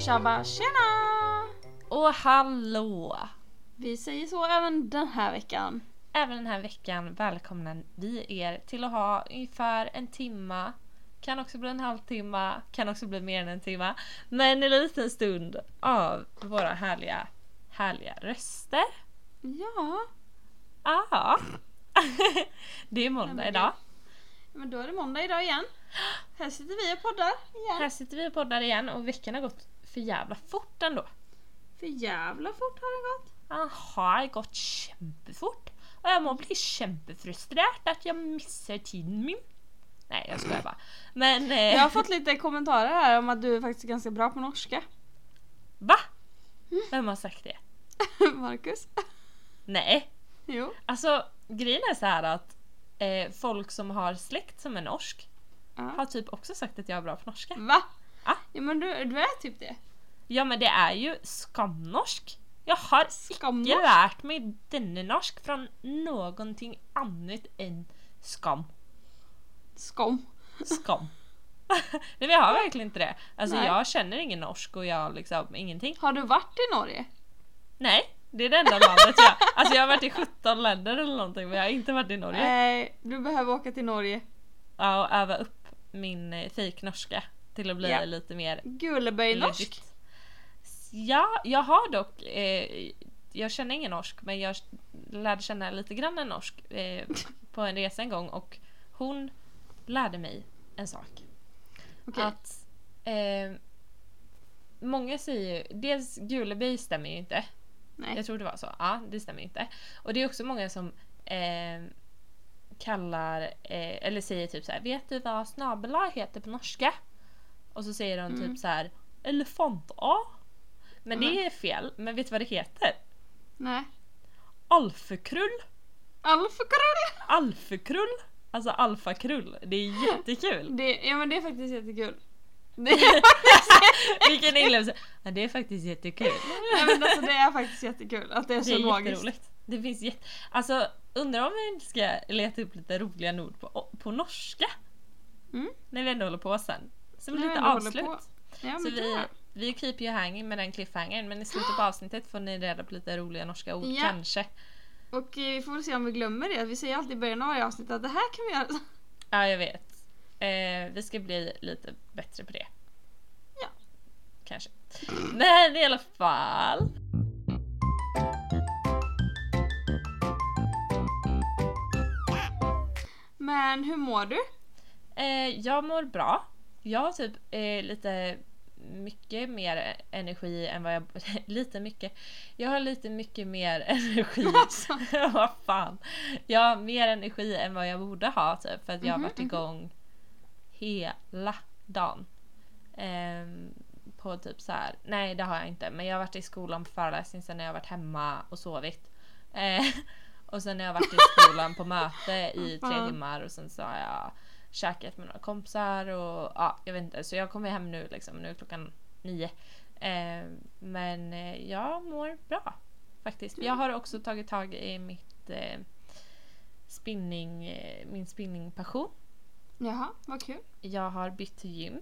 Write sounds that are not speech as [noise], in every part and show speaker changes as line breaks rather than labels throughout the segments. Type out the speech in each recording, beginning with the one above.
Tjabba tjena!
Och hallå!
Vi säger så även den här veckan.
Även den här veckan välkomnar vi er till att ha ungefär en timma. Kan också bli en halvtimme, kan också bli mer än en timme. Men en liten stund av våra härliga, härliga röster.
Ja,
Ah. [laughs] Det är måndag idag.
men då är det måndag idag igen. Här sitter vi och poddar igen.
Här sitter vi och poddar igen och veckan har gått för jävla fort ändå.
För jävla fort har det [laughs] gått.
Den har gått kämpefort och jag må bli kämpefrustrerad att jag missar tiden min. Nej jag skojar bara. Men... Eh,
Jag har fått lite kommentarer här om att du är faktiskt ganska bra på norska. [laughs]
Va? Vem har sagt det?
Marcus?
Nej,
Jo.
alltså grejen är så här att eh, folk som har släkt som är norsk har
Ja.
typ också sagt att jag är bra på norska.
Va?
Ja.
Ja men du, du är typ det.
Ja men det är ju skamnorsk. Jag har
Skamnorsk?
icke lärt mig denne norsk från någonting annat än skam.
Skom.
Skam. [laughs] Nej men jag har verkligen inte det. Alltså
Nej.
jag känner ingen norsk och jag liksom ingenting.
Har du varit i Norge?
Nej, det är det enda landet
[laughs]
jag... Alltså jag har varit i 17 länder eller någonting men jag har inte varit i Norge.
Nej, Eh, du behöver åka till Norge.
Ja, och öva upp min eh, fejknorska till att bli
Ja.
lite mer
Gullebøy-norsk.
legit. Ja, jag har dock... Eh, jag känner ingen norsk, men jag lärde känna lite grann en
[laughs]
norsk eh, på en resa en gång och hon lärde mig en sak.
Okej.
Att... Eh, många säger ju... Dels Guleböj stämmer ju inte.
Nej.
Jag tror det var så. Ja, det stämmer inte. Och det är också många som eh, kallar, eh, eller säger typ så här, vet du vad snabel-a heter på norska? Och så säger de
Mm.
typ så här, elefant-a. Men det
Mm.
är fel, men vet du vad det heter?
Nej.
Alfakrull.
Alfakrull!
Alfakrull. Alltså alfakrull. Det är
[laughs]
jättekul.
Det, ja men det är faktiskt jättekul. Det är,
Vilken inlevelse. Ja, det är faktiskt jättekul.
nej, men alltså, det är faktiskt jättekul att det är så
Det är
magiskt.
jätteroligt. Det finns jätte... Alltså undrar om vi inte ska leta upp lite roliga ord på, på norska?
Mm.
När vi ändå håller på sen. Som
När vi
lite
ändå håller
avslut.
på. Ja, men
Så
det
vi,
är-
vi keep you hanging med den cliffhangern men i
[gasps]
slutet på avsnittet får ni reda på lite roliga norska ord
Ja.
kanske.
Och eh, vi får väl se om vi glömmer det. Vi säger alltid i början av varje avsnitt att det här kan vi göra. [laughs]
Ja jag vet. Eh, vi ska bli lite bättre på det.
Ja.
Kanske. Men i alla fall.
Men hur mår du?
Eh, jag mår bra. Jag har typ eh, lite mycket mer energi än vad jag... [laughs] lite mycket. Jag har lite mycket mer [laughs]
[laughs]
energi.
Alltså.
vad fan. Jag har mer energi än vad jag borde ha typ. För att jag har
Mhm,
varit
mhm.
igång hela dagen. Ehm, på typ så här. Nej det har jag inte. Men jag har varit i skolan på föreläsning. Sen har jag varit hemma och sovit. Eh, [laughs] och sen har jag varit i skolan på möte i tre
Ja.
timmar. Och sen så har jag käkat med några kompisar och ja, jag vet inte. Så jag kommer hem nu liksom. Nu är klockan nio. Eh, men eh, jag mår bra faktiskt. Jag har också tagit tag i mitt eh, spinning, eh, min spinningpassion.
Jaha, vad kul.
Jag har bytt till gym.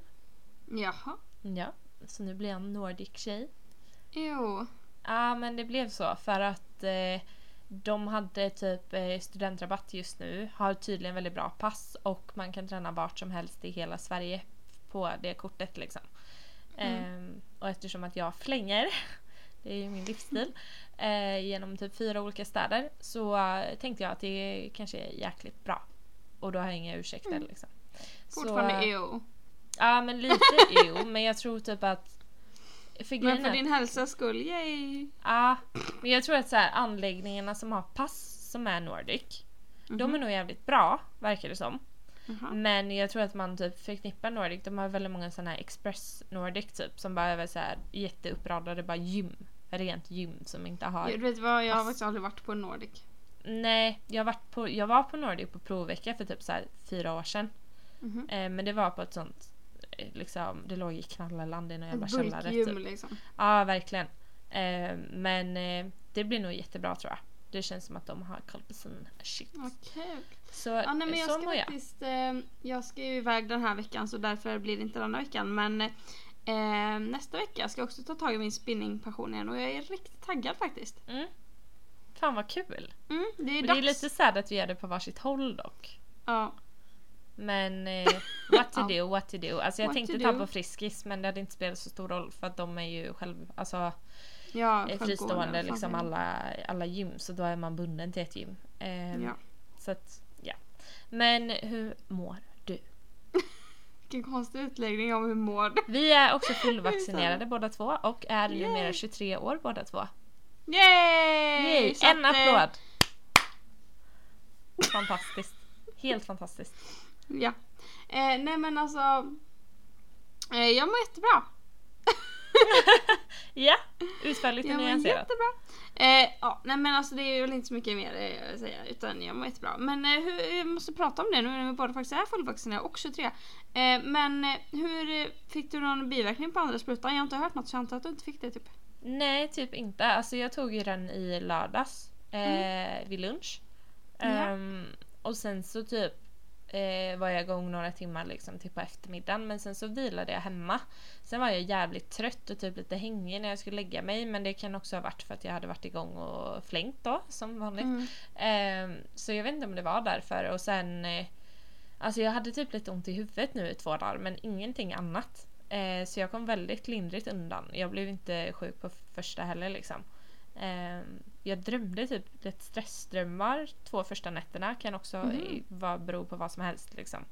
Jaha.
Ja, så nu blir jag en nordic tjej.
Jo.
Ja, men det blev så för att eh, de hade typ eh, studentrabatt just nu, har tydligen väldigt bra pass och man kan träna vart som helst i hela Sverige på det kortet liksom.
Mm.
Ehm, och eftersom att jag flänger, [laughs] det är ju
[laughs]
min livsstil, eh, genom typ fyra olika städer så eh, tänkte jag att det kanske är jäkligt bra. Och då har jag inga ursäkter
Mm.
liksom. Så,
Fortfarande
eh,
jo.
Ja men lite jo, men jag tror typ att... För
Men
grejen
för
är-
din hälsas skull, yay!
Ja, men jag tror att så här, anläggningarna som har pass som är Nordic, de
Mhm.
är nog jävligt bra, verkar det som.
Jaha.
Men jag tror att man typ förknippar Nordic, de har väldigt många sådana här Express Nordic typ, som bara är så här jätteuppradade, bara gym. Rent gym som inte har...
Du vet vad, jag har
Pass.
faktiskt aldrig varit på Nordic.
Nej, jag, har varit på, jag var på Nordic på provvecka för typ så här fyra år sedan.
Mhm.
Eh, men det var på ett sånt, eh, liksom, det låg i Knalleland i någon jävla
Ett
källare
bulkgym
typ.
liksom.
Ja, verkligen. Eh, men eh, det blir nog jättebra tror jag. Det känns som att de har koll på sin shit.
Vad kul.
Så,
Ja, nej, men jag
så
ska
mår jag.
faktiskt, eh, jag ska ju iväg den här veckan så därför blir det inte denna veckan men eh, Eh, nästa vecka ska jag också ta tag i min spinningpassion igen och jag är riktigt taggad faktiskt.
Mm. Fan vad kul!
Mm, det är
Men
ju
det är
dags.
lite sad att vi gör det på varsitt håll dock.
Ja.
Men eh, what to
[laughs] Ja.
do, what to do. Alltså jag
What
tänkte
to
ta
do.
på Friskis men det hade inte spelat så stor roll för att de är ju själv, alltså,
Ja,
är
självgående,
fristående
vad fan
liksom
är det?
alla, alla gym så då är man bunden till ett gym. Ehm,
Ja.
Så att, ja. Men hur mår du?
Vilken konstig utläggning om hur mår du?
Vi
[laughs]
är också
Det är
fullvaccinerade
sant.
båda två och är
Yay.
numera 23 år båda två.
Yay!
Yay!
Så
En
att, eh,
applåd! Fantastiskt. Helt fantastiskt.
Ja. Eh, nej men alltså. Eh, jag mår jättebra.
Ja, utförligt och
Jag mår
nyanserat.
jättebra. Eh, ja, nej men alltså det är väl inte så mycket mer eh, att säga utan jag mår jättebra. Men eh, hur, vi måste prata om det nu när vi båda faktiskt är fullvaccinerade och 23. Eh, men eh, hur eh, fick du någon biverkning på andra sprutan? Jag har inte hört något så jag antar att du inte fick det typ.
Nej, typ inte. Alltså jag tog ju den i lördags eh, vid lunch.
Ja.
Ehm, och sen så typ eh, var jag igång några timmar liksom typ på eftermiddagen men sen så vilade jag hemma. Sen var jag jävligt trött och typ lite hängig när jag skulle lägga mig men det kan också ha varit för att jag hade varit igång och flängt då som vanligt.
Mm. [laughs]
Ehm, så jag vet inte om det var därför och sen eh, Alltså jag hade typ lite ont i huvudet nu i två dagar men ingenting annat. Eh, så jag kom väldigt lindrigt undan. Jag blev inte sjuk på första heller liksom. Eh, jag drömde typ lite stressdrömmar två första nätterna. Kan också
Mhm.
i- vara, bero på vad som helst liksom.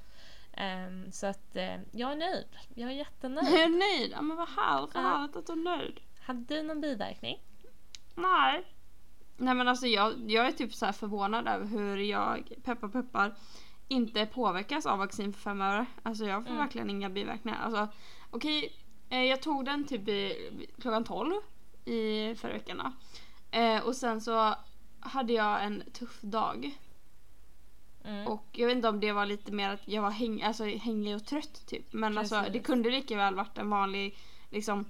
Eh, så att eh, jag är nöjd. Jag
Jag [laughs]
är jättenöjd.
är nöjd. Ja men vad härligt, vad
Ja.
härligt att du är nöjd.
Hade du någon biverkning?
Nej. Nej men alltså jag, jag är typ så här förvånad över hur jag, peppar peppar, inte påverkas av vaccin för fem öre. Alltså jag får
Mm.
verkligen inga biverkningar. Alltså, Okej, eh, jag tog den typ i, klockan 12 i förra veckan. då. Eh, och sen så hade jag en tuff dag.
Mm.
Och jag vet inte om det var lite mer att jag var häng, alltså, hängig och trött typ. Men alltså,
Precis.
det kunde lika väl varit en vanlig liksom,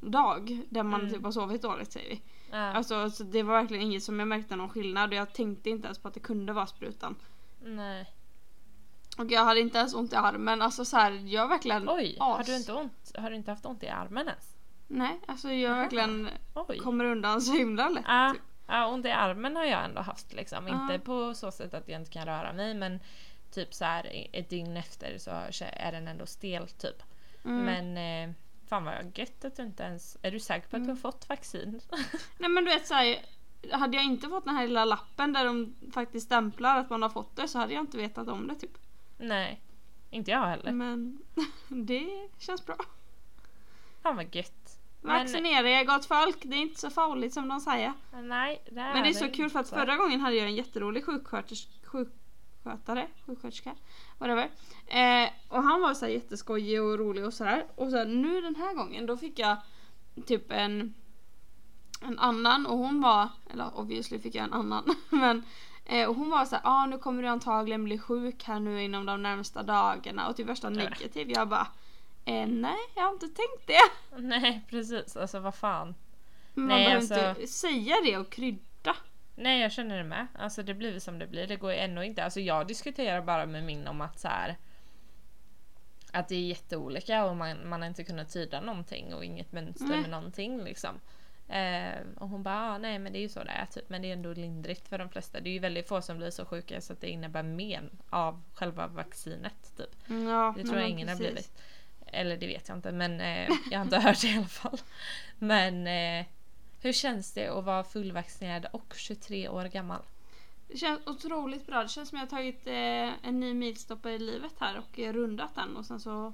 dag där man
Mm.
typ har sovit dåligt säger vi.
Ja.
Alltså så det var verkligen inget som jag märkte någon skillnad och jag tänkte inte ens på att det kunde vara sprutan.
Nej.
Och jag hade inte ens ont i armen. Alltså så här, jag verkligen...
Oj, har
as-
du, inte ont, har du inte haft ont i armen ens?
Nej, alltså jag verkligen
Oj.
kommer undan så himla lätt.
Ja,
typ.
ja, ont i armen har jag ändå haft. Liksom.
Ja.
Inte på så sätt att jag inte kan röra mig men typ så här i- ett dygn efter så är den ändå stel typ.
Mm.
Men eh, fan vad gött att du inte ens... Är du säker på att du har
Mm.
fått vaccin? [laughs]
Nej men du vet så här, hade jag inte fått den här lilla lappen där de faktiskt stämplar att man har fått det så hade jag inte vetat om det typ.
Nej, inte jag heller.
Men [laughs] det känns bra.
Fan vad gött. Men,
Vaccinera er gott folk, det är inte så farligt som de säger.
nej, det
Men det är
det
så kul för att
inte.
förra gången hade jag en jätterolig sjuksköters, sjukskötare, sjuksköterska, whatever. Eh, och han var så här jätteskojig och rolig och sådär. Och så här, nu den här gången då fick jag typ en, en annan och hon var, eller obviously fick jag en annan, [laughs] men eh, och hon var så här, ah, nu kommer du antagligen bli sjuk här nu inom de närmsta dagarna och till värsta
Nej.
negativ. Jag bara, eh, nej jag har inte tänkt det.
Nej, precis. Alltså vad fan.
Men man
Nej,
behöver
alltså-
inte säga det och krydda.
Nej, jag känner det med. Alltså det blir som det blir. Det går ju ändå inte. Alltså jag diskuterar bara med min om att så här att det är jätteolika och man, man har inte kunnat tyda någonting och inget mönster
Nej.
med någonting liksom. Eh, och hon bara, ah, nej men det är ju så det är typ. Men det är ändå lindrigt för de flesta. Det är ju väldigt få som blir så sjuka så att det innebär men av själva vaccinet typ.
Mm, Ja,
Det
men
tror jag
men
ingen har
precis.
blivit. Eller det vet jag inte men eh, jag har inte [laughs] hört det i alla fall. Men eh, hur känns det att vara fullvaccinerad och 23 år gammal? [laughs]
Det känns otroligt bra. Det känns som jag har tagit eh, en ny milstolpe i livet här och eh, rundat den och sen så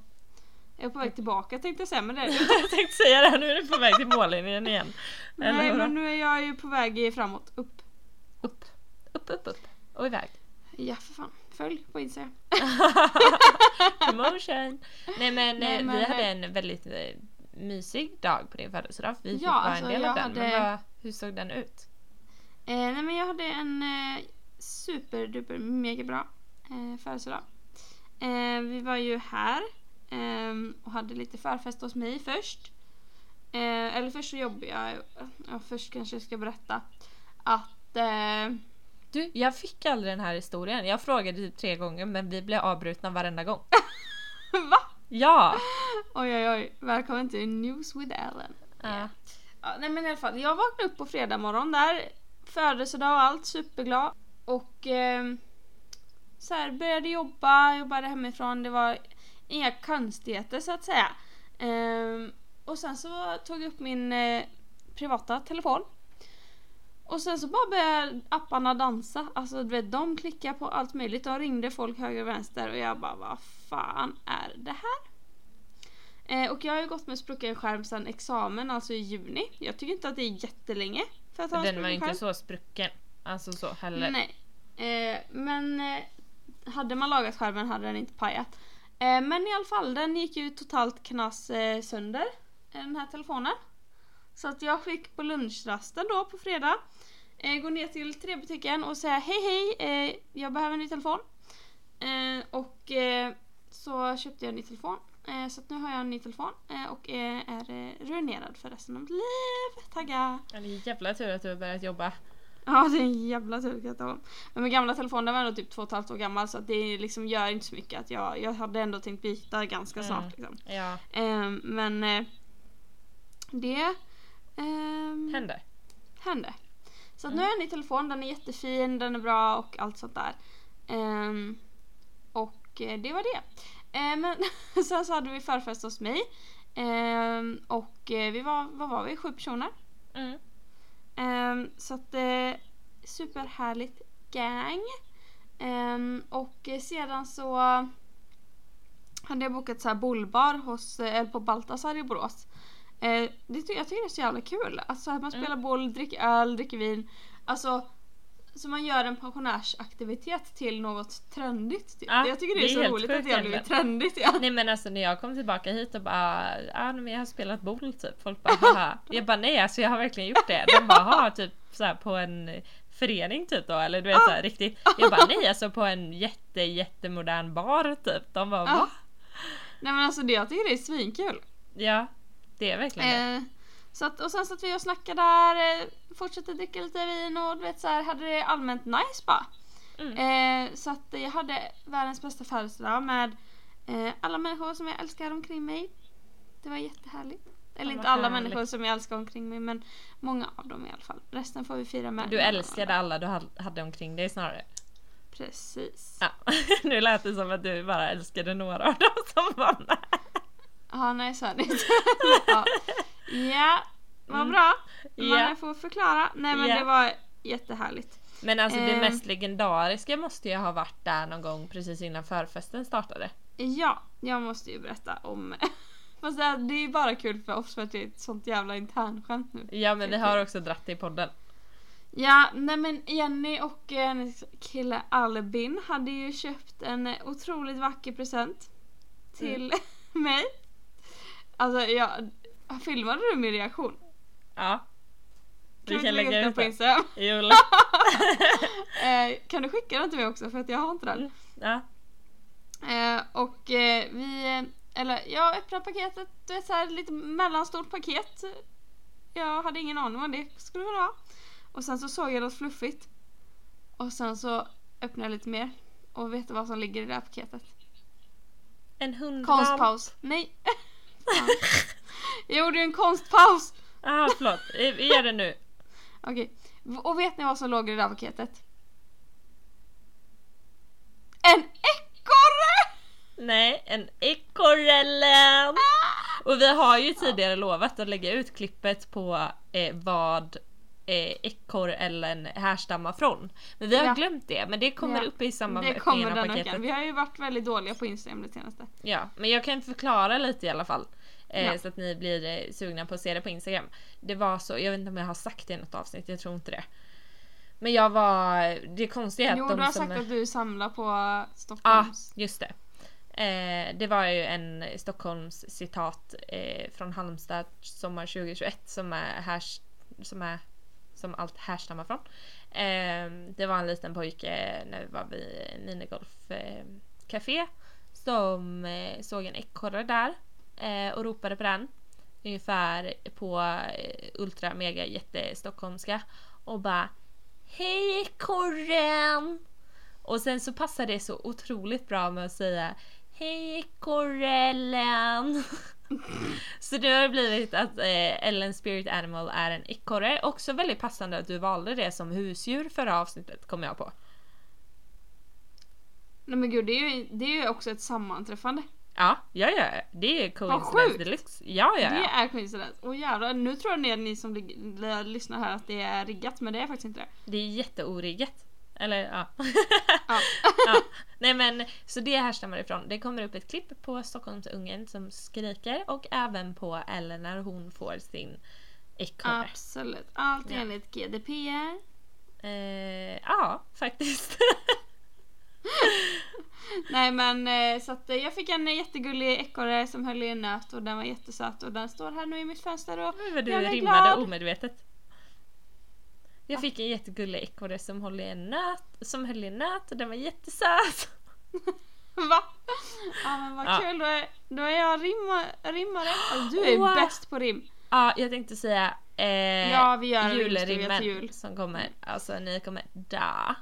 är jag på väg tillbaka tänkte jag säga men det är det ju.
jag tänkte säga det, här, nu är du på väg till mållinjen igen. [laughs] Eller
Nej
vadå?
men nu är jag ju på väg i- framåt, upp.
Upp, upp, upp, upp och iväg.
Ja för fan, följ på Instagram.
Promotion! Nej men,
Nej,
eh,
men,
vi
eh,
hade en väldigt eh, mysig dag på din födelsedag. Vi fick
Ja,
vara
alltså,
en del av
jag
den. Men
hade-
vad, hur såg den ut?
Eh, nej men jag hade en eh, superduper mega bra eh, födelsedag. Eh, vi var ju här ehm, och hade lite förfest hos mig först. Eh, eller först så jobbade jag, ja, först kanske jag ska berätta att eh, [laughs]
Du, jag fick aldrig den här historien. Jag frågade typ tre gånger men vi blev avbrutna varenda gång.
Va?
Ja!
Oj oj oj, välkommen till News with Ellen.
Ja.
Ja, nej men i alla fall, jag vaknade upp på fredag morgon där. Födelsedag och allt, superglad. Och eh, så här, började jobba, jobbade hemifrån. Det var inga konstigheter så att säga. Ehm, och sen så tog jag upp min eh, privata telefon. Och sen så bara började apparna dansa. Alltså du vet, de klickade på allt möjligt. De ringde folk höger och vänster och jag bara vad fan är det här? Eh, och jag har ju gått med sprucken skärm sedan examen, alltså i juni. Jag tycker inte att det är jättelänge för att ha en
Den var ju
sprucken skärm.
inte så sprucken. Alltså så heller.
Nej. Eh, men eh, hade man lagat skärmen hade den inte pajat. Eh, men i alla fall, den gick ju totalt knas eh, sönder, eh, den här telefonen. Så att jag fick på lunchrasten då på fredag eh, gå ner till trebutiken och säga hej hej, eh, jag behöver en ny telefon. Eh, och eh, så köpte jag en ny telefon. Eh, så att nu har jag en ny telefon eh, och eh, är eh, ruinerad för resten av mitt liv. Tagga!
Ja, det är jävla tur att du har börjat jobba.
Ja, det är en jävla tur kan jag tala om. Men min gamla telefon den var ändå typ två och ett halvt år gammal så att det liksom gör inte så mycket att jag, jag hade ändå tänkt byta ganska
Mm.
snart. Liksom.
Ja,
Ehm, men eh, det ehm,
händer.
hände. Så att
Mm.
nu har jag en ny telefon, den är jättefin, den är bra och allt sånt där. Ehm, och eh, det var det. Ehm, men [laughs] sen så hade vi förfest hos mig. Ehm, och eh, vi var, vad var vi, sju personer?
Mm.
Ehm, så att eh, superhärligt gang. Ehm, och eh, sedan så hade jag bokat så här bullbar hos, eh, eller på Baltasar i Borås. Eh, det ty- jag tycker det är så jävla kul. Alltså att man
Mm.
spelar boll, dricker öl, dricker vin. Alltså så man gör en pensionärsaktivitet till något trendigt. Typ.
Ja,
jag tycker det
det
är,
är helt
så roligt att
sjukt
det har blivit trendigt. Ja.
Nej men alltså när jag kom tillbaka hit och bara ja men jag har spelat boll typ. Folk bara haha. Jag bara nej alltså jag har verkligen gjort det. De bara ha typ så här på en eh, förening typ då eller du vet
Ah.
så här riktigt. Jag bara nej alltså på en jätte jättemodern bar typ. De bara
Ja.
va?
Nej men alltså det, jag tycker det är svinkul.
Ja. Det är verkligen det.
Eh, så att, och sen satt vi och snackade där, eh, fortsatte dricka lite vin och du vet så här, hade det allmänt nice bara.
Mm.
Eh, så att jag hade världens bästa födelsedag med eh, alla människor som jag älskar omkring mig. Det var jättehärligt. Eller
Ja,
inte
vad
alla
härligt.
människor som jag älskar omkring mig men många av dem i alla fall. Resten får vi fira med.
Du älskade alla du ha- hade omkring dig snarare.
Precis.
Ja. [laughs] Nu lät det som att du bara älskade några av dem som var med.
Ja, nej så är
[laughs]
det inte. ja. ja, vad
Mm.
bra. Man
Ja.
får förklara. Nej men
Ja.
det var jättehärligt.
Men alltså det
Ehm.
mest legendariska måste ju ha varit där någon gång precis innan förfesten startade.
Ja, jag måste ju berätta om... [laughs] Fast det är, det är ju bara kul för oss för att det är ett sånt jävla internskämt nu.
Ja men vi har också dratt det i podden.
Ja, nej men Jenny och eh, hennes kille Albin hade ju köpt en eh, otroligt vacker present till
Mm.
[laughs] mig. Alltså jag... Filmade du min reaktion?
Ja.
Kan vi
Vi kan
inte
lägga
lägga upp
ut
den på
den.
Instagram?
Jo, lä-
Eh, kan du skicka den till mig också för att jag har inte den?
[laughs] ja.
Eh, och eh, vi, eh, eller jag öppnade paketet, det är så här lite mellanstort paket. Jag hade ingen aning vad det skulle vara. Och sen så såg jag något fluffigt. Och sen så öppnade jag lite mer. Och vet du vad som ligger i det här paketet?
En hundvalp.
Konstpaus. Nej! Fan. jag gjorde ju en konstpaus!
Ah, förlåt. Eh, Vi gör det nu.
Okej. V- Och vet ni vad som låg i det där paketet? En ekorre!
Nej, en ekorrellen!
Ah!
Och vi har ju tidigare lovat att lägga ut klippet på eh, vad eh, ekorrellen härstammar från. Men vi har
Ja.
glömt det, men det kommer
Ja,
upp i samband med
Det
öppningen
kommer
av
den
paketet.
veckan. Vi har ju varit väldigt dåliga på Instagram det senaste.
Ja, men jag kan förklara lite i alla fall. Eh,
Ja.
Så att ni blir eh, sugna på att se det på Instagram. Det var så, jag vet inte om jag har sagt det i något avsnitt, jag tror inte det. Men jag var, det konstiga är att
Jo,
de
du har
som...
sagt att du samlar på
Ja,
Stockholms...
just det. Eh, det var ju en Stockholms citat eh, från Halmstad sommar 2021 som är, härs- som är som allt härstammar från. Eh, det var en liten pojke när vi var vid minigolfcafé eh, café som eh, såg en ekorre där eh, och ropade på den ungefär på eh, ultra mega jätte stockholmska och bara Hej ekorren! Och sen så passar det så otroligt bra med att säga Hej ekorrellen! [laughs] så nu har det blivit att eh, Ellen Spirit Animal är en ekorre. Också väldigt passande att du valde det som husdjur förra avsnittet kom jag på.
Nej men gud, det är ju, det är ju också ett sammanträffande.
Ja, ja, ja. Det är coincidence
sjukt!
deluxe. Ja, ja,
Det
ja.
är coincidence. Och jävlar, nu tror ni, ni som lig- l- lyssnar här att det är riggat, men det är faktiskt inte det.
Det är jätteoriggat. Eller ja.
Ja.
[laughs] ja. Nej men, så det härstammar ifrån. Det kommer upp ett klipp på Stockholmsungen som skriker och även på Ellen när hon får sin ekorre.
Absolut. Allt
Ja.
enligt GDPR.
Eh, ja, faktiskt. [laughs]
Nej men eh, så att eh, jag fick en eh, jättegullig ekorre som höll i en nöt och den var jättesöt och den står här nu i mitt fönster och [laughs]
Vad du
Jag blev
rimmade
glad. Ah.
omedvetet. Jag fick en jättegullig ekorre som höll i en nöt, som höll i en nöt och den var jättesöt. [laughs]
va? Ja men vad
Ja.
kul, då är, då är jag rimma, rimmare. Alltså, du är
Wow.
bäst på rim.
Ja, jag tänkte säga eh,
ja vi gör en rimstuga
julrimmen
till jul.
som kommer. Alltså ni kommer dö.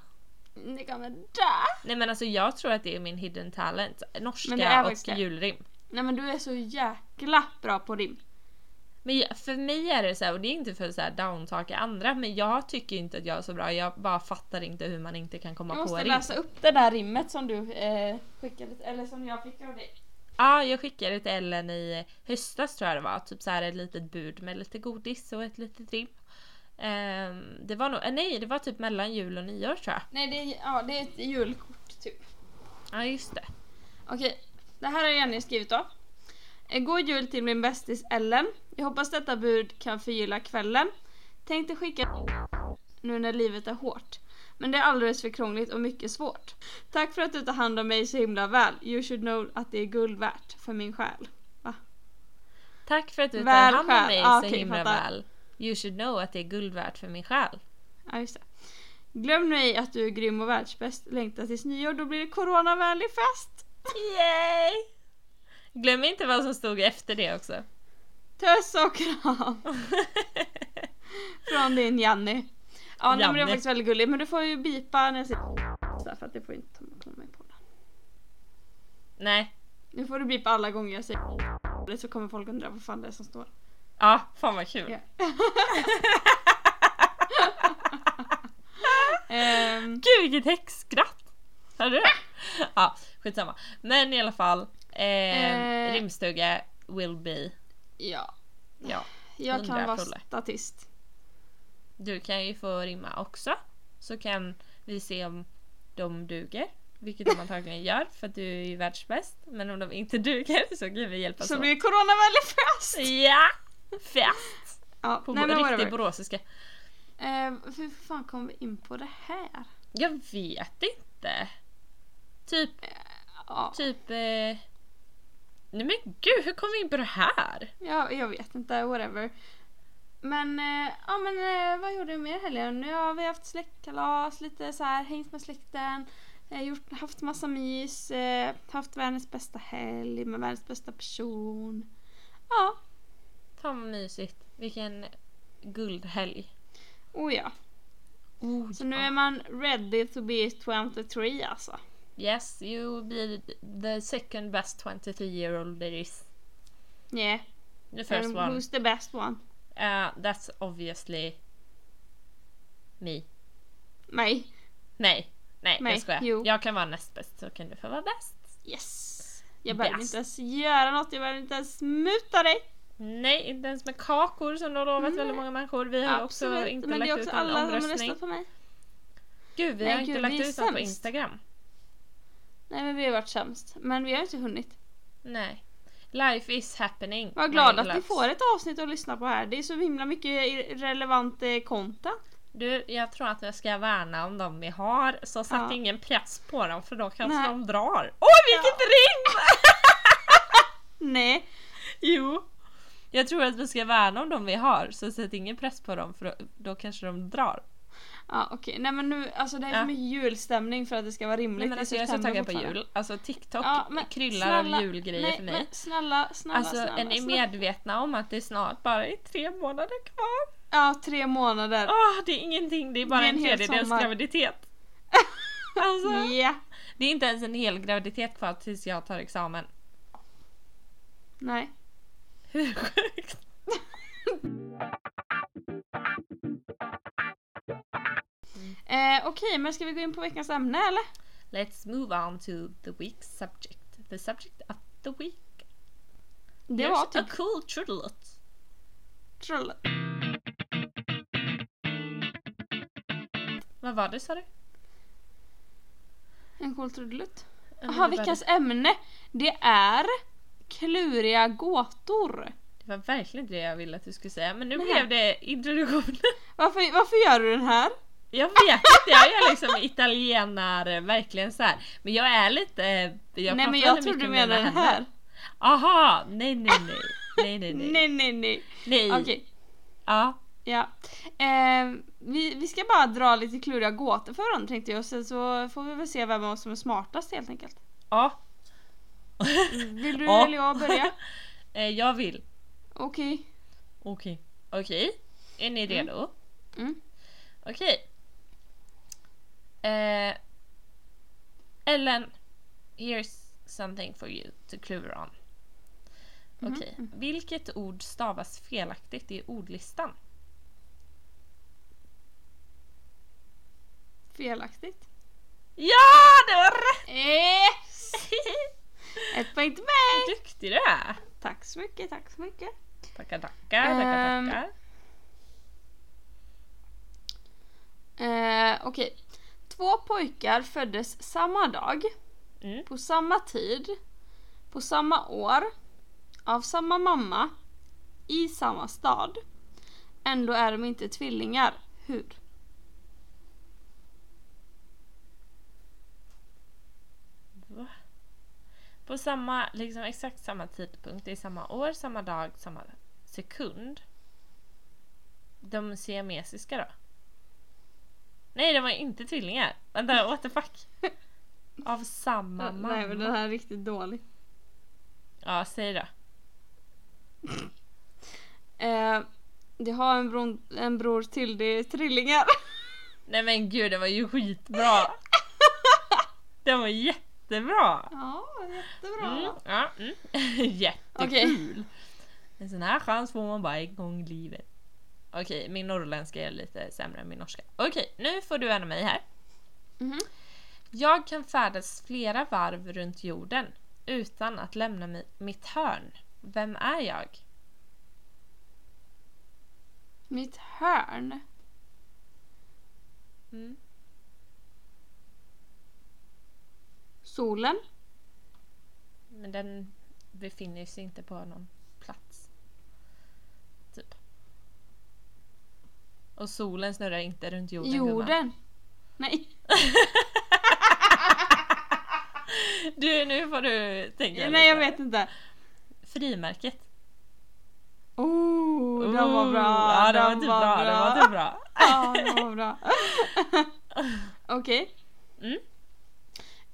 Ni kommer dö!
Nej men alltså jag tror att det är min hidden talent.
Men det är
Norska
faktiskt
och
det.
julrim.
Nej men du är så jäkla bra på rim.
Men jag- för mig är det så här, och det är inte för att så här downtaka andra, men jag tycker inte att jag är så bra. Jag bara fattar inte hur man inte kan komma
Jag
på
måste
rim.
läsa upp det där rimmet som du eh, skickade, eller som jag fick av dig.
Ja, jag skickade till Ellen i höstas tror jag det var. Typ så här ett litet bud med lite godis och ett litet rim. Ehm, det var nog, eh, nej det var typ mellan jul och nyår tror jag.
Nej det är, ja, det är ett julkort typ.
Ja just det.
Okej, det här har Jenny skrivit då. Eh, God jul till min bästis Ellen. Jag hoppas detta bud kan förgylla kvällen. Tänkte skicka nu när livet är hårt. Men det är alldeles för krångligt och mycket svårt. Tack för att du tar hand om mig så himla väl. You should know att det är guld värt för min själ.
Tack för att du tar
Väl
hand om
själ.
mig
Ja,
så
okej,
himla
fattar.
väl. You should know att det är guld värt för min själ.
Ja, just det. Glöm nu ej att du är grym och världsbäst. Längta tills nyår, då blir det coronavänlig fest!
Yay! Glöm inte vad som stod efter det också. [laughs]
Puss och kram! Från din Janni. Ja, nej, men det var
Janni.
faktiskt väldigt gulligt. Men du får ju bipa när jag säger sådär för att det får inte komma med på den.
Nej.
Nu får du bipa alla gånger jag säger det så kommer folk undra vad fan det är som står.
Ja, fan vad kul.
Ja. Ehm,
Gud vilket häxskratt! Hörde du det? Ja, skitsamma. Men i alla fall. Eh,
Eh.
Rimstuga will be.
ja,
Ja.
jag kan
Hundra
vara
prolle.
statist.
Du kan ju få rimma också. Så kan vi se om de duger. Vilket de antagligen gör för att du är ju världsbäst. Men om de inte duger så kan vi hjälpas
Så
åt.
blir det coronavänlig fest!
Ja! Fest!
Ja,
På
nej, men
riktig
whatever.
boråsiska.
Ehm, hur fan kom vi in på det här?
Jag vet inte. Typ,
Ja,
typ... Eh... Nej men gud, hur kom vi in på det här?
Ja, jag vet inte, whatever. Men, eh, ja men eh, vad gjorde vi mer i helgen? Nu har vi haft släktkalas, lite så här hängt med släkten, eh, gjort, haft massa mys, eh, haft världens bästa helg med världens bästa person. Ja,
Fan vad mysigt. Vilken guldhelg.
oh ja.
Oh,
Så nu är man ready to be 23 alltså.
Yes, you be the second best 23 year old there is.
Yeah,
The first
and
one.
who's the best one?
Uh, that's obviously me.
Mig.
Nej, nej
Nej,
jag skojar.
jo.
Jag kan vara näst bäst så kan du få vara bäst.
Yes! Jag behöver
Bäst.
inte ens göra något, jag behöver inte ens muta dig.
Nej, inte ens med kakor som du har lovat
Nej.
väldigt många människor. Vi har också inte
men det
lagt
är också
ut en
alla som har
omröstning.
röstat på mig.
Gud, vi
Nej,
har inte
gud, vi
lagt
är
ut den på
sämst.
Instagram.
Nej men vi har varit sämst. Men vi har inte hunnit.
Nej. Life is happening.
Var glad
my
att vi
loves.
får ett avsnitt att lyssna på här. Det är så himla mycket ir- relevant eh, content.
Du, jag tror att jag ska värna om dem vi har, så sätt
Ja.
ingen press på dem för då kanske
Nej.
de drar. Oj, vilket rim!
Nej.
jo. Jag tror att vi ska värna om dem vi har, så sätt ingen press på dem för då, då kanske de drar.
Ja okej. Nej men nu, alltså det är för
Ja.
mycket julstämning för att det ska vara rimligt
Nej, men
i
alltså, jag är så
september
taggad på
fortfarande.
jul. Alltså TikTok
Ja, men
kryllar
snälla-
av julgrejer
nej,
för mig.
Men snälla, snälla,
alltså
snälla.
är ni
snälla.
medvetna om att det snart bara är tre månader kvar?
Ja, tre månader.
Åh, det är ingenting, det är bara
Det är
en,
en hel [laughs] Mm.
tredjedels
sommar.
graviditet. alltså,
Ja.
Det är inte ens en hel graviditet kvar tills jag tar examen.
Nej.
Hur sjukt?
Eh, Okej, men ska vi gå in på veckans ämne eller?
Let's move on to the week's subject. The subject of the week.
Det
Here's
var typ
a cool trudelut.
troll.
Vad var det sa du?
En cool trudelutt.
Eller
Jaha,
det var-
veckans ämne. Det är kluriga gåtor.
Det var verkligen inte det jag ville att du skulle säga men nu
Nej.
blev det introduktionen.
Varför, varför gör du den här?
[laughs] Jag vet inte, jag är liksom italienare, verkligen så här. Men jag är lite... eh, Jag
nej men
pratar
jag
väldigt
tror du
mycket med
menar den
mina
här.
händer. Aha, nej nej nej. Nej nej nej.
[laughs] Nej, nej, nej.
Nej.
Okej,
Ja.
ja. Eh, vi, vi ska bara dra lite kluriga gåtor för varandra tänkte jag. Sen så får vi väl se vem av oss som är smartast helt enkelt.
ja.
Vill du
Ja.
eller jag börja?
[laughs] Eh, jag vill.
Okej.
Okej. Okej. Är ni redo?
Mm.
Okej. Eh, Ellen, here's something for you to klura on.
Mhm.
Okej. Vilket ord stavas felaktigt i ordlistan?
Felaktigt.
Ja, det var rätt!
Yes!
[laughs]
Ett poäng till mig!
Vad duktig du är!
Tack så mycket, tack så mycket.
Tackar, tackar, tackar,
Ehm.
tackar.
Eh, Okej. Två pojkar föddes samma dag,
Mm.
på samma tid, på samma år, av samma mamma, i samma stad. Ändå är de inte tvillingar. Hur?
Va? På samma, liksom exakt samma tidpunkt, i samma år, samma dag, samma sekund. De siamesiska då? Nej, de var inte tvillingar. Vänta, what
[laughs]
the fuck? Av samma mamma.
Nej men den här är riktigt dålig.
Ja, säg då.
Eh, det har en bror, en bror till, det är trillingar. [laughs]
Nej men gud, det var ju skitbra! det var jättebra!
Ja, jättebra.
Mm, ja, mm. [laughs] Jättekul! En sån här chans får man bara en gång i livet. Okej, min norrländska är lite sämre än min norska. Okej, nu får du en av mig här.
Mhm.
Jag kan färdas flera varv runt jorden utan att lämna mi- mitt hörn. Vem är jag?
Mitt hörn.
Mm.
Solen.
Men den befinner sig inte på någon plats. Typ. Och solen snurrar inte runt jorden. gumman.
Jorden. Nej.
Du, nu får du tänka
Nej jag
lite.
vet inte.
Frimärket.
Oh, den var bra.
Ja, det var typ bra. Det var typ bra.
Ja, den var bra. [laughs] Okej.
Mm.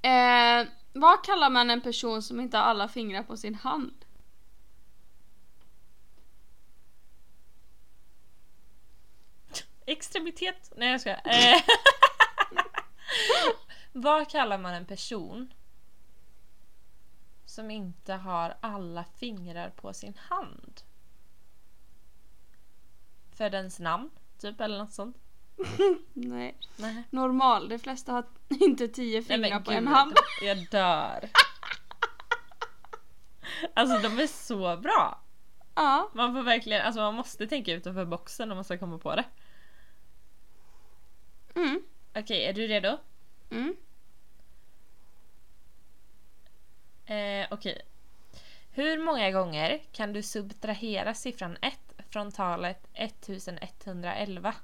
Eh, vad kallar man en person som inte har alla fingrar på sin hand?
Extremitet. Nej jag ska.
[laughs]
Eh. Vad kallar man en person som inte har alla fingrar på sin hand? För dens namn, typ, eller något sånt?
Nej.
Nej.
Normal. De flesta har [laughs] inte tio
Nej,
fingrar
men
på
gud,
en hand.
Jag dör.
[laughs]
Alltså de är så bra.
Ja.
Man får verkligen, alltså man måste tänka utanför boxen om man ska komma på det.
Mm.
Okej, är du redo?
Mm.
Eh, Okej. Hur många gånger kan du subtrahera siffran 1 från talet 1111?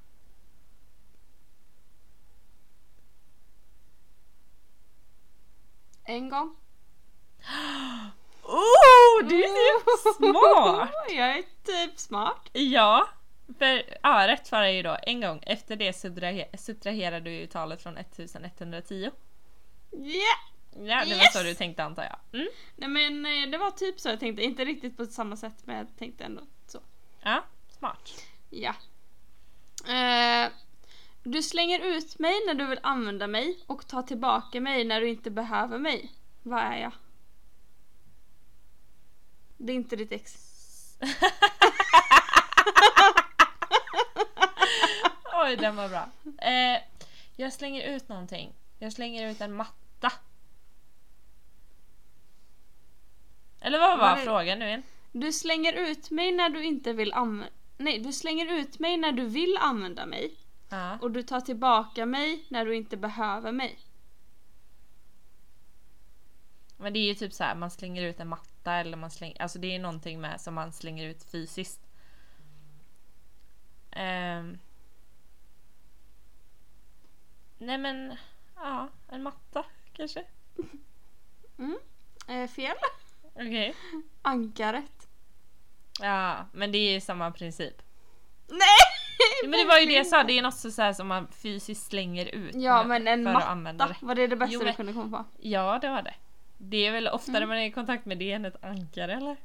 En gång.
Oh, du
[laughs]
är ju smart!
Jag är typ smart.
[laughs] Ja, för, ja, rätt svar är ju då en gång. Efter det subtrahe- subtraherar du ju talet från 1110.
Yeah.
Ja, det var
Yes!
så du tänkte antar jag. Mm.
Nej men eh, det var typ så jag tänkte. Inte riktigt på samma sätt men jag tänkte ändå så.
Ja, smart.
Ja. Eh, Du slänger ut mig när du vill använda mig och tar tillbaka mig när du inte behöver mig. Vad är jag? Det är inte ditt ex.
Oj, den var bra. Eh, jag slänger ut någonting. Jag slänger ut en matta. Eller vad var
Var det-
frågan nu igen?
Du slänger ut mig när du inte vill använda... Nej, du slänger ut mig när du vill använda mig
Ja.
och du tar tillbaka mig när du inte behöver mig.
Men det är ju typ så här, man slänger ut en matta eller man slänger... Alltså det är någonting med som man slänger ut fysiskt. Ehm. Nej men, ja, en matta kanske?
Eh, fel?
Okej.
Ankaret.
Ja, men det är ju samma princip.
Nej!
Men det var ju det jag sa, det är något så så här som man fysiskt slänger ut.
Ja,
med-
men en
för att använda
matta.
det.
Var det det bästa
Jo,
du
men-
kunde komma på?
Ja, det var det. Det är väl oftare
Mm.
man är i kontakt med det än ett ankare eller?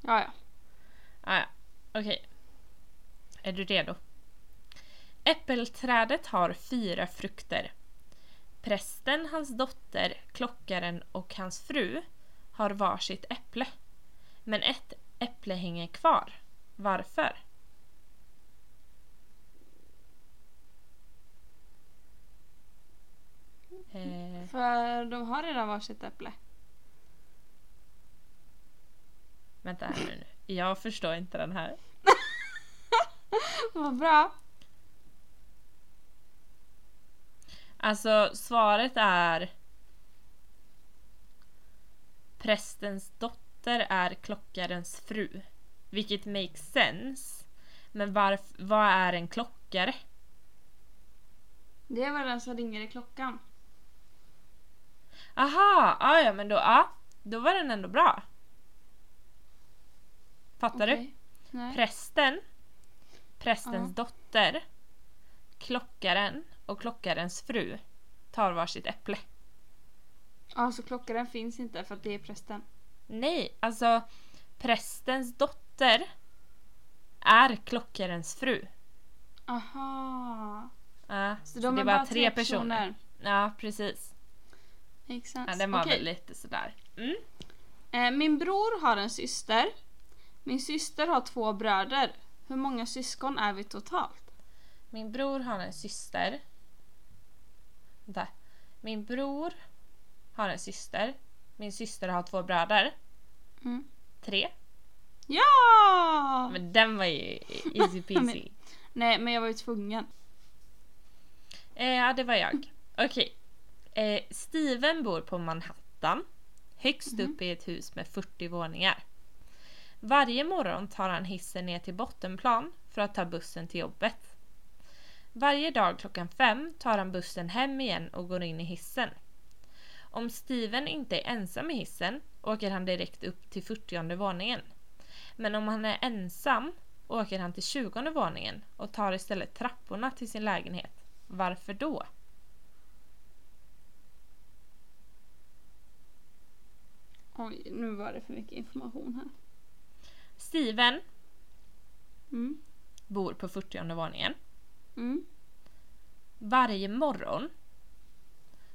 Ja, ja.
Ah, ja, okej. Är du redo? Äppelträdet har fyra frukter. Prästen, hans dotter, klockaren och hans fru har varsitt äpple. Men ett äpple hänger kvar. Varför? Eh,
För de har redan varsitt äpple.
vänta här nu. Jag förstår inte den här.
Vad bra.
Alltså svaret är Prästens dotter är klockarens fru. Vilket makes sense. Men varf- vad är en klockare?
Det är väl den som ringer i klockan.
Aha! Ah, ja, men då, ah, då var den ändå bra. Fattar du?
Okej. Nej.
Prästen, prästens
Ja.
dotter, klockaren och klockarens fru tar varsitt äpple.
Ja, så klockaren finns inte för att det är prästen.
Nej, alltså prästens dotter är klockarens fru.
Aha.
Ja,
Så de är bara tre personer.
Ja, precis.
Makes
Ja,
sense.
den var
Okej.
väl lite sådär. Mm.
Eh, Min bror har en syster. Min syster har två bröder. Hur många syskon är vi totalt?
Min bror har en syster. Vänta. Min bror har en syster. Min syster har två bröder.
Mm.
Tre.
Ja!
Men den
[laughs]
var ju easy peasy.
Nej, men jag var ju tvungen.
Eh, ja, det var jag. Okej. Eh, Steven bor på Manhattan. Högst upp i ett hus med 40 våningar. Varje morgon tar han hissen ner till bottenplan för att ta bussen till jobbet. Varje dag klockan fem tar han bussen hem igen och går in i hissen. Om Steven inte är ensam i hissen åker han direkt upp till 40 våningen. Men om han är ensam åker han till 20 våningen och tar istället trapporna till sin lägenhet. Varför då?
Oj, nu var det för mycket information här.
Steven
Mm.
bor på 40 våningen.
Mm.
Varje morgon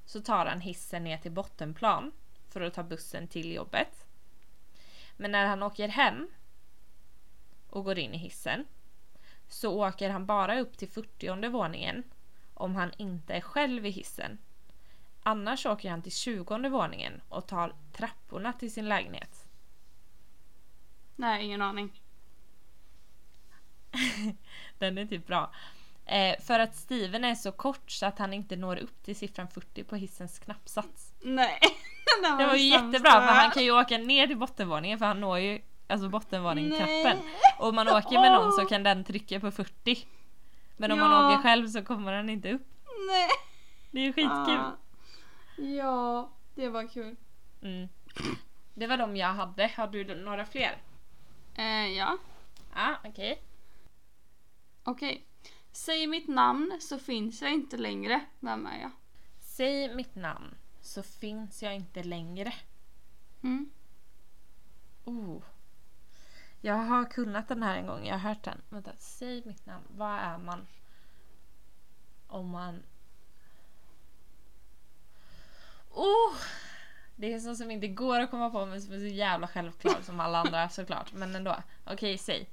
så tar han hissen ner till bottenplan för att ta bussen till jobbet. Men när han åker hem och går in i hissen så åker han bara upp till 40 våningen om han inte är själv i hissen. Annars åker han till 20 våningen och tar trapporna till sin lägenhet.
Nej, ingen aning.
Den är typ bra. Eh, för att Steven är så kort så att han inte når upp till siffran 40 på hissens knappsats.
Nej. [laughs] Den där
Det var ju
sämsta.
jättebra för han kan ju åka ner till bottenvåningen för han når ju alltså bottenvåningen-knappen.
Nej.
Och om man åker med någon så
Åh.
kan den trycka på 40. Men om
Ja.
man åker själv så kommer han inte upp.
Nej.
Det är ju skitkul.
Ja, det var kul.
Mm. Det var de jag hade. Har du några fler?
Eh, ja,
Ja, okej.
okej. Säg mitt namn så finns jag inte längre. Vem är jag?
Säg mitt namn så Mm. finns jag inte längre.
Mm.
Oh. Jag har kunnat den här en gång, jag har hört den. Vänta, säg mitt namn. Vad är man? Om man... Oh! Det är sånt som inte går att komma på men som är så jävla självklart som alla [laughs] andra såklart. Men ändå. Okej, säg.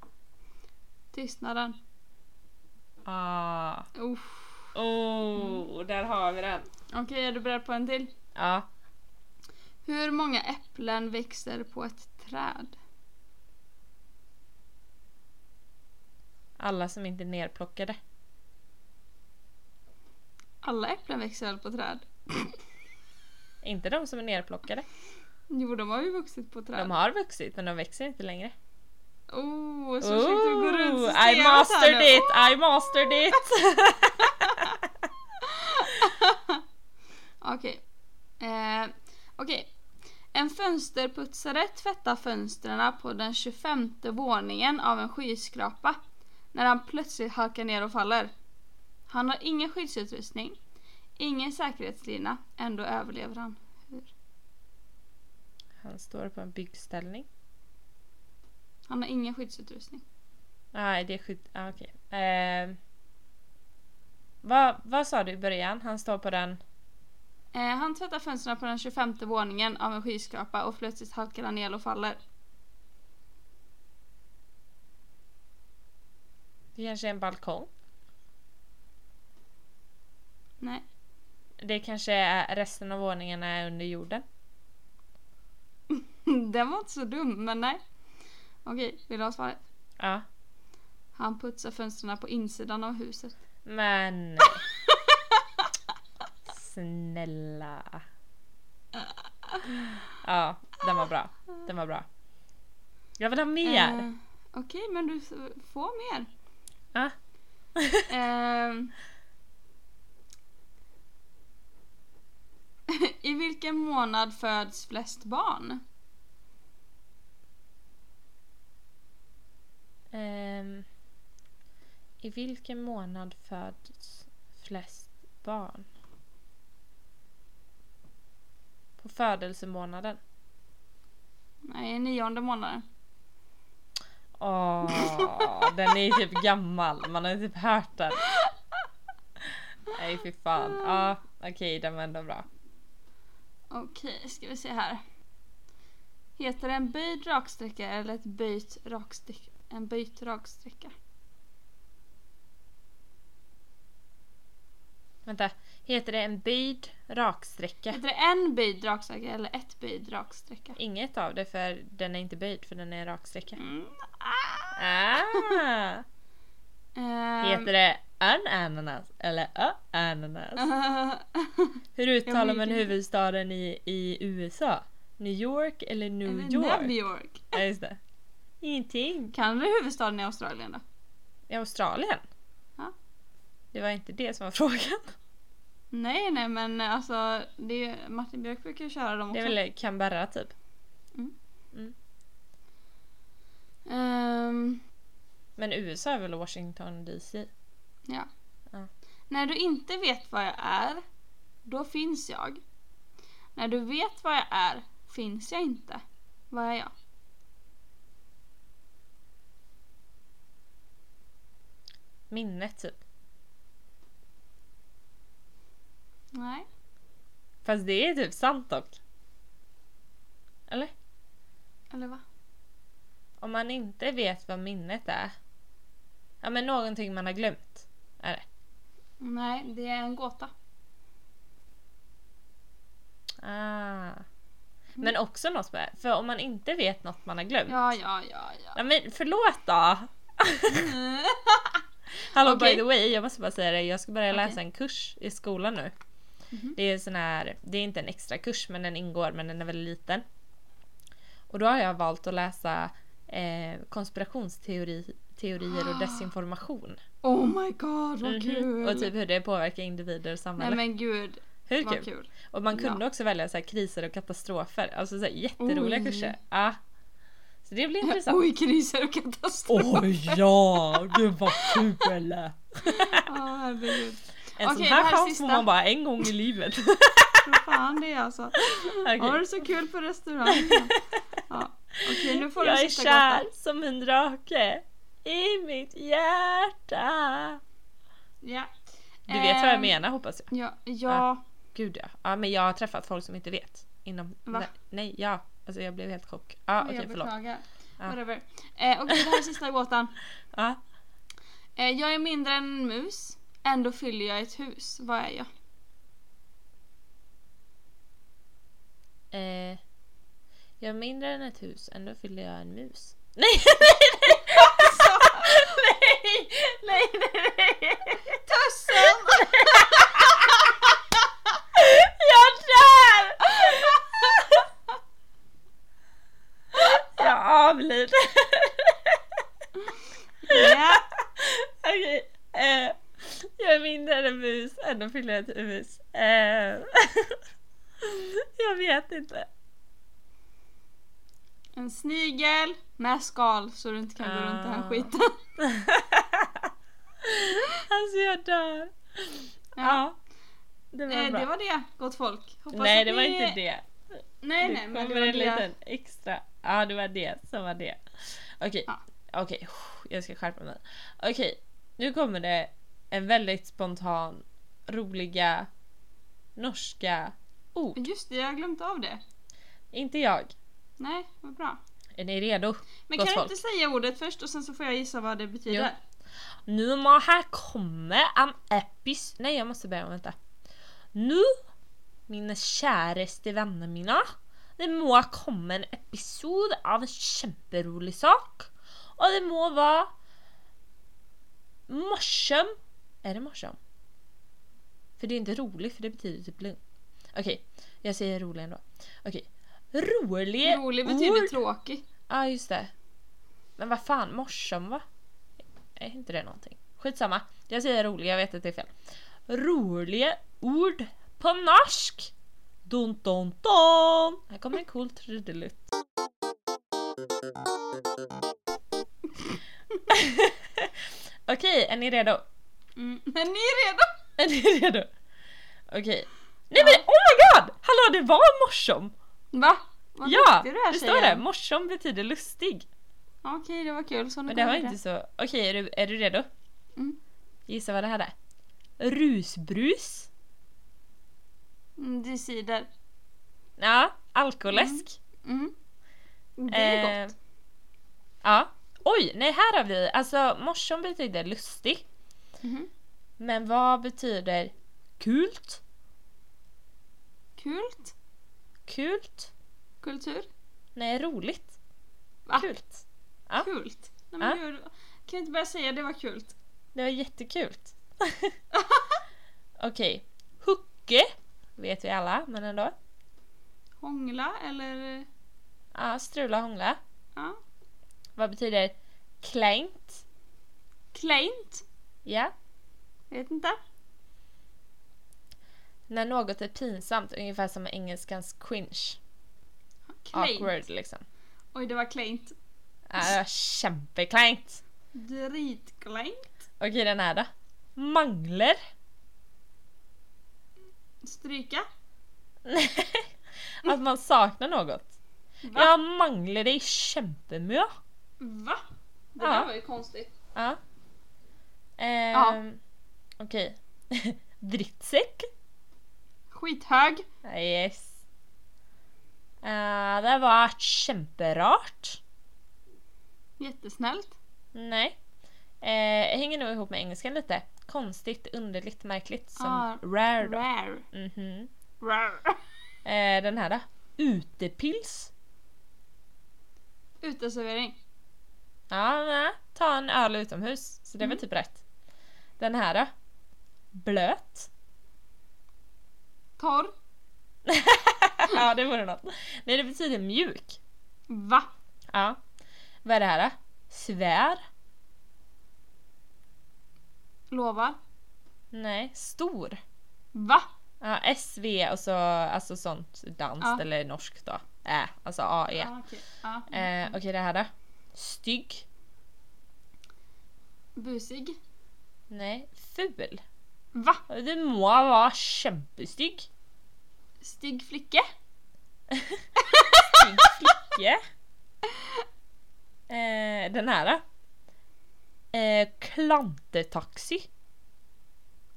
Tystnaden.
Ah.
Uff.
Oh, där har vi den.
Okej, är du beredd på en till?
Ja.
Hur många äpplen växer på ett träd?
Alla som inte är nerplockade.
Alla äpplen växer väl på träd?
Inte de som är nerplockade.
Jo, de har ju vuxit på träd.
De har vuxit men de växer inte längre.
Oh, så försökte du gå runt
Ooh,
systemet
I
här
mastered
nu.
it! I mastered it!
[laughs] Okej. Eh, okej. En fönsterputsare tvättar fönstren på den 25 våningen av en skyskrapa när han plötsligt halkar ner och faller. Han har ingen skyddsutrustning, ingen säkerhetslina, ändå överlever han. Hur?
Han står på en byggställning.
Han har ingen skyddsutrustning.
Nej, det är skit... Ah, okej. Ehm. vad, vad sa du i början? Han står på den...
Eh, han tvättar fönstren på den 25 våningen av en skyskrapa och plötsligt halkar han ner och faller.
Det kanske är en balkong.
Nej. [laughs]
Det kanske är resten av våningen är under jorden.
Den var inte så dum, men nej. Okej, vill du ha svaret?
Ja.
Han putsar fönstren på insidan av huset. [laughs]
Men... Snälla. Ja, den var bra. Den var bra. Jag vill ha mer!
Eh, Okej, men du s- får mer.
Ah.
Eh.
[laughs]
Ehm. [laughs] I vilken månad föds flest barn?
Ehm, I vilken månad föds flest barn? På födelsemånaden.
Nej, i nionde månaden.
Åh, den är typ gammal. Man har typ hört den. Nej fy fan. Ja, okej den var ändå bra.
Okej, ska vi se här. Heter det en böjd raksträcka eller ett böjt raksträcka? En böjt raksträcka.
Vänta, heter det en böjd raksträcka?
Heter det en böjd raksträcka eller ett böjd raksträcka?
Inget av det för den är inte böjd för den är en raksträcka.
Mm.
Ah!
Ehm,
Heter det en ananas eller ö ananas?
Ehm. [laughs]
Hur
Ja,
uttalar
men
man
det-
huvudstaden i, i USA? New York eller New
Eller
York?
New York.
Ja, just det. Ingenting.
Kan du huvudstaden i Australien då?
I Australien?
Ja.
Det var inte det som var [laughs] frågan.
Nej, nej, men alltså det är, ju- Martin Björk brukar ju köra dem
Det
också.
är väl Canberra typ.
Ehm,
Men USA är väl Washington DC?
ja.
Ja.
När du inte vet vad jag är, då finns jag. När du vet vad jag är, finns jag inte. Vad är jag?
Minnet typ.
Nej.
Fast det är typ sant dock. Eller?
Eller va?
Om man inte vet vad minnet är. Ja men någonting man har glömt. Är det.
Nej, det är en gåta.
Ah.
Mm.
Men också något som är, för om man inte vet något man har glömt.
Ja, ja, ja,
[laughs]
ja.
Ja, men förlåt då! Hallå
Okej.
by the way, jag måste bara säga det. Jag ska börja läsa
Okej.
en kurs i skolan nu.
Mhm.
Det är sån här, det är inte en extra kurs men den ingår men den är väldigt liten. Och då har jag valt att läsa eh, konspirationsteorier teorier och
Ah.
desinformation.
Oh my god, vad
Mhm.
kul!
Och typ hur det påverkar individer och
Nej
samhället.
men gud,
hur
vad
kul?
kul.
Och man kunde
Ja.
också välja så här kriser och katastrofer. Alltså så här, jätteroliga
Oj.
kurser. Ja. Så det blir intressant.
[laughs] Oj, kriser och katastrofer.
ja, gud vad kul!
Ja, herregud.
En
Okej,
sån
det
här
här är
chans
sista.
får man bara en gång i livet.
Vad fan det är alltså.
Okej. [laughs]
Har du så kul på restaurangen? Ja. Okej, nu får
Jag
du
är
sitta gott
kär
där.
som en drake i mitt hjärta.
Ja.
Du vet vad jag
Ehm,
menar Ah, hoppas jag.
Ja, ja.
Ja. Gud ja. ja men jag har träffat folk som inte vet. Inom...
Va?
Nej, nej, ja. Alltså jag blev helt chock. Ja, ah, okej
jag
förlåt. Ah.
beklagar.
Ja.
Whatever. Eh, Okej, det här är sista gåtan.
Ja.
Eh, jag är mindre än en mus. Ändå fyller jag ett hus. Vad är jag?
Eh, jag är mindre än ett hus, ändå fyller jag en mus. [laughs] Nej! nej, [laughs] nej, nej, nej!
Tussen!
Jag dör! [laughs] jag avlider.
[laughs] Ja.
Okej. Eh, jag är mindre än en mus, ändå fyller jag ett hus. Eh, [laughs] jag vet inte.
En snigel med skal så du inte kan gå runt den här
Ah.
skiten.
alltså jag dör. Ja.
Ja.
Det var
Eh,
bra.
det var det, gott folk. Hoppas
Nej
att
det var
ni-
inte det.
Nej, nej,
det
men det
kommer
var det.
en liten extra. Ja det var det som var det. Okej,
Ja.
okej. Jag ska skärpa mig. Okej, nu kommer det en väldigt spontan, roliga, norska ord.
Just det, jag har glömt av det.
Inte jag.
Nej, vad bra.
Är ni redo?
Men
Gott
kan
folk.
du inte säga ordet först och sen så får jag gissa vad det betyder?
Nu må här komma en epis... Nej, jag måste börja om. Vänta. Nu, mina käraste vänner mina, det må komma en episod av en kämperolig sak. Och det må vara morsom. Är det morsom? För det är inte rolig, för det betyder typ lugn. Okej, jag säger rolig ändå. Okej. Rolig,
Rolig
ord.
betyder tråkig.
Ja, just det. Men vad fan, morsom va? Är inte det någonting? Skitsamma. Jag säger rolig, jag vet att det är fel. Roliga ord på norsk! Don, don, don! Här kommer en cool trudelutt. [laughs] Okej, är ni redo?
Mm.
[laughs]
Men ni är redo!
Är ni redo? Okej. Nej men oh my god! Hallå, det var morsom!
Va? Vad
ja,
duktig du är
det står det.
tjejen.
Morsom betyder lustig.
Ja, Okej, det var kul. Så nu
Men det var
kommer
inte så... Okej, är, du, är du redo?
Mm.
Gissa vad det här är? Rusbrus?
Mm, decider.
Ja, alkoläsk.
Mm. Det är
Eh,
gott.
Ja. Oj, nej här har vi... Alltså morsom betyder lustig.
Mhm.
Men vad betyder kult?
Kult.
Kult?
Kultur.
Nej, roligt.
Va?
Kult. Ja.
Kult. Nej, men
Ja.
gud, kan jag inte bara säga det var kult?
Det
[laughs]
var jättekult. Okej. Hucke vet vi alla, men ändå.
Hångla eller...
Ja, strula hångla.
Ja.
Vad betyder klängt?
Kleint.
Ja.
Vet inte.
När något är pinsamt, ungefär som engelskans cringe.
Kleint.
Awkward liksom.
Oj, det var kleint.
Äh, kämpeklängt!
Dritkleint.
Okej, den här då. Mangler.
Stryka.
Att man saknar något.
Va?
Jag mangler dig kämpemö.
Va? Det
Ja.
där var ju konstigt.
Ja.
Ja.
Ehm, Okej. [laughs] Drittsäck.
Skithög.
Yes. Eh, det var kämperart.
Jättesnällt.
Nej. Eh, hänger nog ihop med engelskan lite. Konstigt, underligt, märkligt. Som
Ah,
rare då.
Rare.
Mhm.
Rare. [laughs]
Eh, den här då? Utepils?
Uteservering.
Ja, nej. Ta en öl utomhus. Så
Mm.
det är väl typ rätt. Den här då? Blöt? [laughs]
Torr.
ja, det vore något. Nej, det betyder mjuk.
Va?
Ja. Vad är det här då? Svär?
Lovar.
Nej, stor.
Va?
Ja, SV och så alltså sånt danskt
Ja.
eller norskt då. Ä, alltså AE.
Ja, okej. Ja.
Eh, Okej, det här då? Stygg?
Busig.
Nej, ful.
Va?
Du må vara kämpestygg.
Stygg flicka.
Stygg flicka. Eh, den här då. Eh, klantetaxi.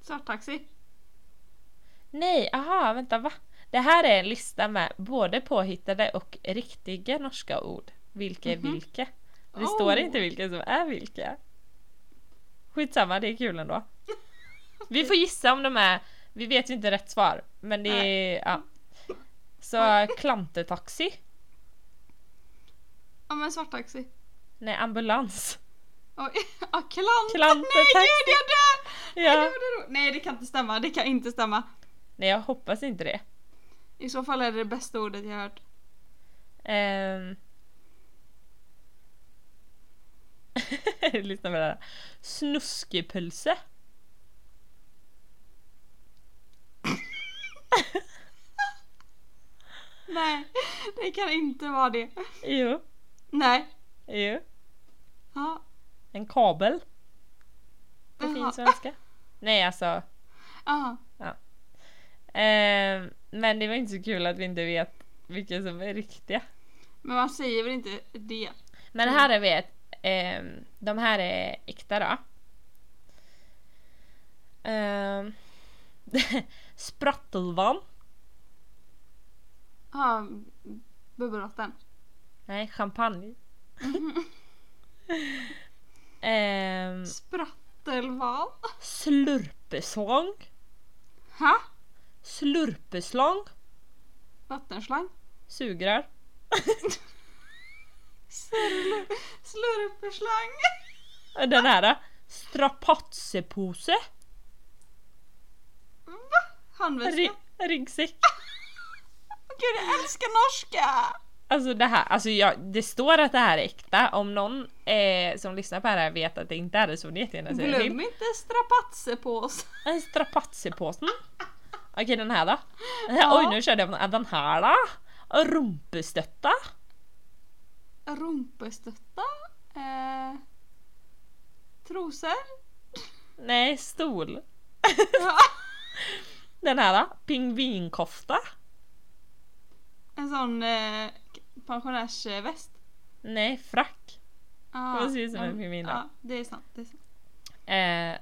Svarttaxi.
Nej, aha, vänta va? Det här är en lista med både påhittade och riktiga norska ord. Vilka är
Mhm.
vilka? Det
Oh.
står inte vilka som är vilka. Skitsamma, det är kul ändå. Vi får gissa om de är... Vi vet ju inte rätt svar, men det är... Ja. Så klantetaxi?
Ja men svarttaxi.
Nej, ambulans.
Oj, [laughs] ja, klant.
Klantetaxi.
Nej gud jag dör! Jag
Ja.
gjorde det. Nej det kan inte stämma, det kan inte stämma.
Nej, jag hoppas inte det.
I så fall är det det bästa ordet jag hört.
Ehm. [laughs] Lyssna på det här. Snuskepölse.
Nej, [laughs] det kan inte vara det.
Jo,
Nej.
jo.
Ja.
En kabel. På
Jaha.
fin svenska. Nej, alltså.
Ja.
ehm, men det var inte så kul att vi inte vet vilka som är riktiga.
Men man säger väl inte det?
Men här är vi ett. ehm, de här är äkta då. Ehm, [laughs] Sprattelvann.
Ja, bubbelvatten.
Mm. Nej, champagne. Ehm,
Sprattelval.
slurpeslang.
Ha?
Slurpeslang.
Vattenslang.
Sugrör.
Slurp, slurperslang.
Den här. då. Strapatsepose.
Va? Handväska.
Ri- ryggsäck.
Gud jag älskar norska!
Alltså det här, alltså jag, det står att det här är äkta. Om någon eh, som lyssnar på det här vet att det inte är Alltså, det så får ni jättegärna säga
Glöm
till.
inte strapatseposen.
En strapatsepåsen. Okej den här då.
Ja.
Oj nu körde jag på den- den här då. Rumpestötta.
[laughs] Rumpestötta. Eh,
[laughs]
trosor.
Nej, stol.
Ja.
Den här då. Pingvinkofta.
En sån eh, pensionärsväst.
Nej, frack.
Ah,
Det ser ut som en
ja,
pingvin då.
Ja, det är sant. Det är sant.
Eh,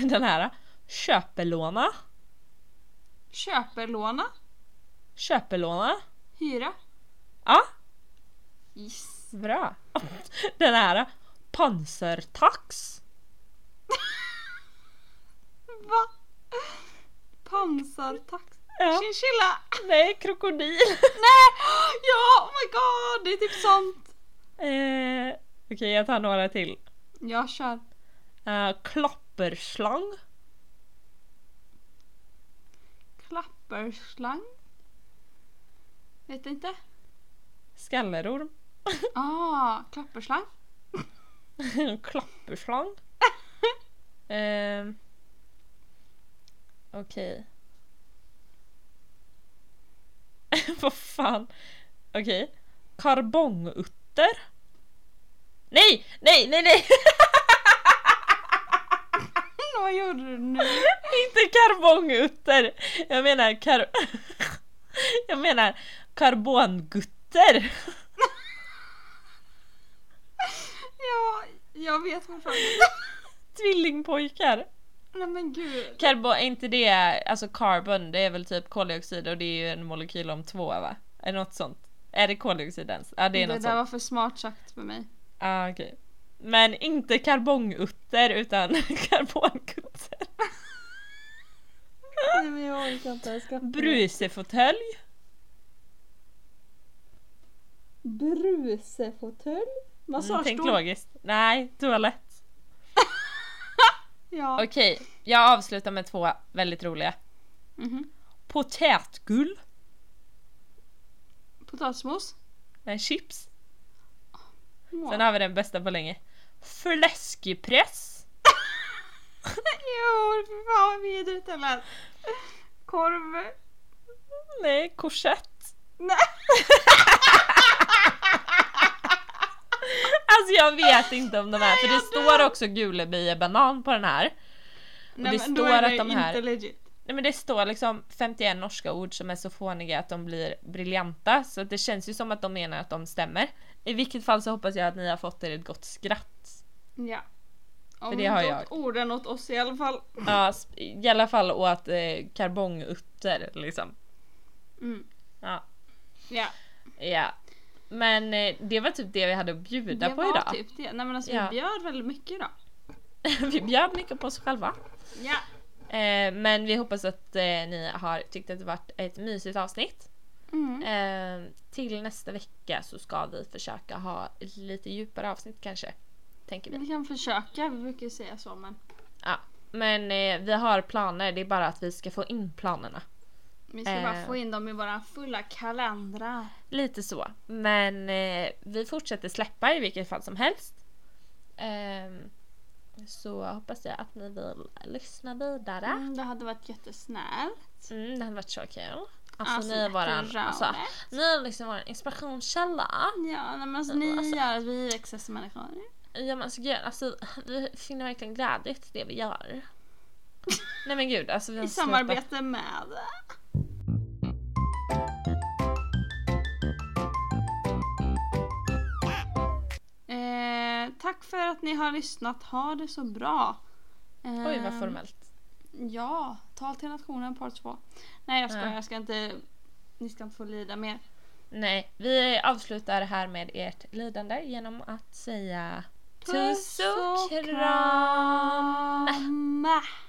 [laughs] den här. Köpelåna.
Köper, låna,
Köpelåna.
hyra.
Ja,
Yes.
bra. [laughs] Den här. Pansartax.
Va? Pansartax.
Ja.
Chinchilla!
Nej, krokodil.
Nej! [gasps] Ja, oh my god! Det är typ sånt.
eh, Okej, jag tar några till.
Jag kör.
Eh, klapperslang.
Klapperslang. Vet inte.
Skallerorm.
Ah, klapperslang.
[laughs] klapperslang. eh, Okej. [laughs] Vad fan. Okej. Karbongutter. Nej, nej, nej, nej! [laughs]
Vad gjorde du nu?
Inte karbongutter! Jag menar kar... [laughs] Jag menar karbongutter! [laughs]
Ja, jag vet fortfarande.
Tvillingpojkar!
Nej men gud.
Karbon, är inte det, alltså carbon, det är väl typ koldioxid och det är ju en molekyl om två va? Är det något sånt? Är det koldioxid ens? Ja det
Det,
är något
där
sånt.
var för smart sagt för mig.
Ah, okej. Men inte karbongutter utan [laughs] karbongutter.
Nej men jag orkar inte. Jag ska...
Brusefåtölj.
Brusefåtölj? Vad sa
Mm, tänk
stol?
logiskt. Nej, toalett.
Ja.
Okej, jag avslutar med två väldigt roliga.
Mhm.
Potätgull.
Potatismos.
Nej, chips.
Ja.
Sen har vi den bästa på länge. Fläskpress.
Jo, fy fan vad vidrigt det lät. Korv.
Nej, korsett.
Nej.
[laughs] Alltså jag vet inte om de här, för
jag
det står också gulebi och banan på den här.
Nej
det
men då
står
är
att
det
de här-
inte legit.
Nej men det står liksom 51 norska ord som är så fåniga att de blir briljanta så att det känns ju som att de menar att de stämmer. I vilket fall så hoppas jag att ni har fått er ett gott skratt.
Ja. Om
det har
inte
jag.
åt orden åt oss i alla fall.
Ja, sp- I alla fall åt eh, karbongutter liksom.
Mm.
Ja.
Ja.
ja. Men eh, det var typ det vi hade att bjuda
det
på
var
idag.
typ det. Nej men alltså
Ja.
vi bjöd väldigt mycket idag.
[laughs] vi bjöd mycket på oss själva.
Ja.
Eh, men vi hoppas att eh, ni har tyckt att det varit ett mysigt avsnitt.
Mm.
Eh, till nästa vecka så ska vi försöka ha ett lite djupare avsnitt kanske. Tänker vi.
Vi kan försöka, vi brukar ju säga så men
Ja. Men eh, vi har planer, det är bara att vi ska få in planerna.
vi ska
Eh.
bara få in dem i våra fulla kalendrar.
Lite så. Men eh, vi fortsätter släppa i vilket fall som helst. Ehm, så hoppas jag att ni vill lyssna vidare.
Mm, det hade varit jättesnällt.
Mm, det hade varit så kul. Alltså,
Alltså,
ni är våran,
jätteroligt.
alltså, ni är liksom våran inspirationskälla.
Ja, nej, men alltså,
Ja,
ni
alltså.
gör att vi växer som människor.
Ja men alltså gud, alltså, vi finner verkligen glädje till det vi
[laughs]
gör. Nej men gud, alltså vi har
I
slutat-
samarbete med... Eh, tack för att ni har lyssnat. Ha det så bra. Eh,
Oj vad formellt.
Ja, tal till nationen part 2. Nej jag skojar,
Ja.
jag ska inte... Ni ska inte få lida mer.
Nej, vi avslutar här med ert lidande genom att säga Puss och kram!
kram.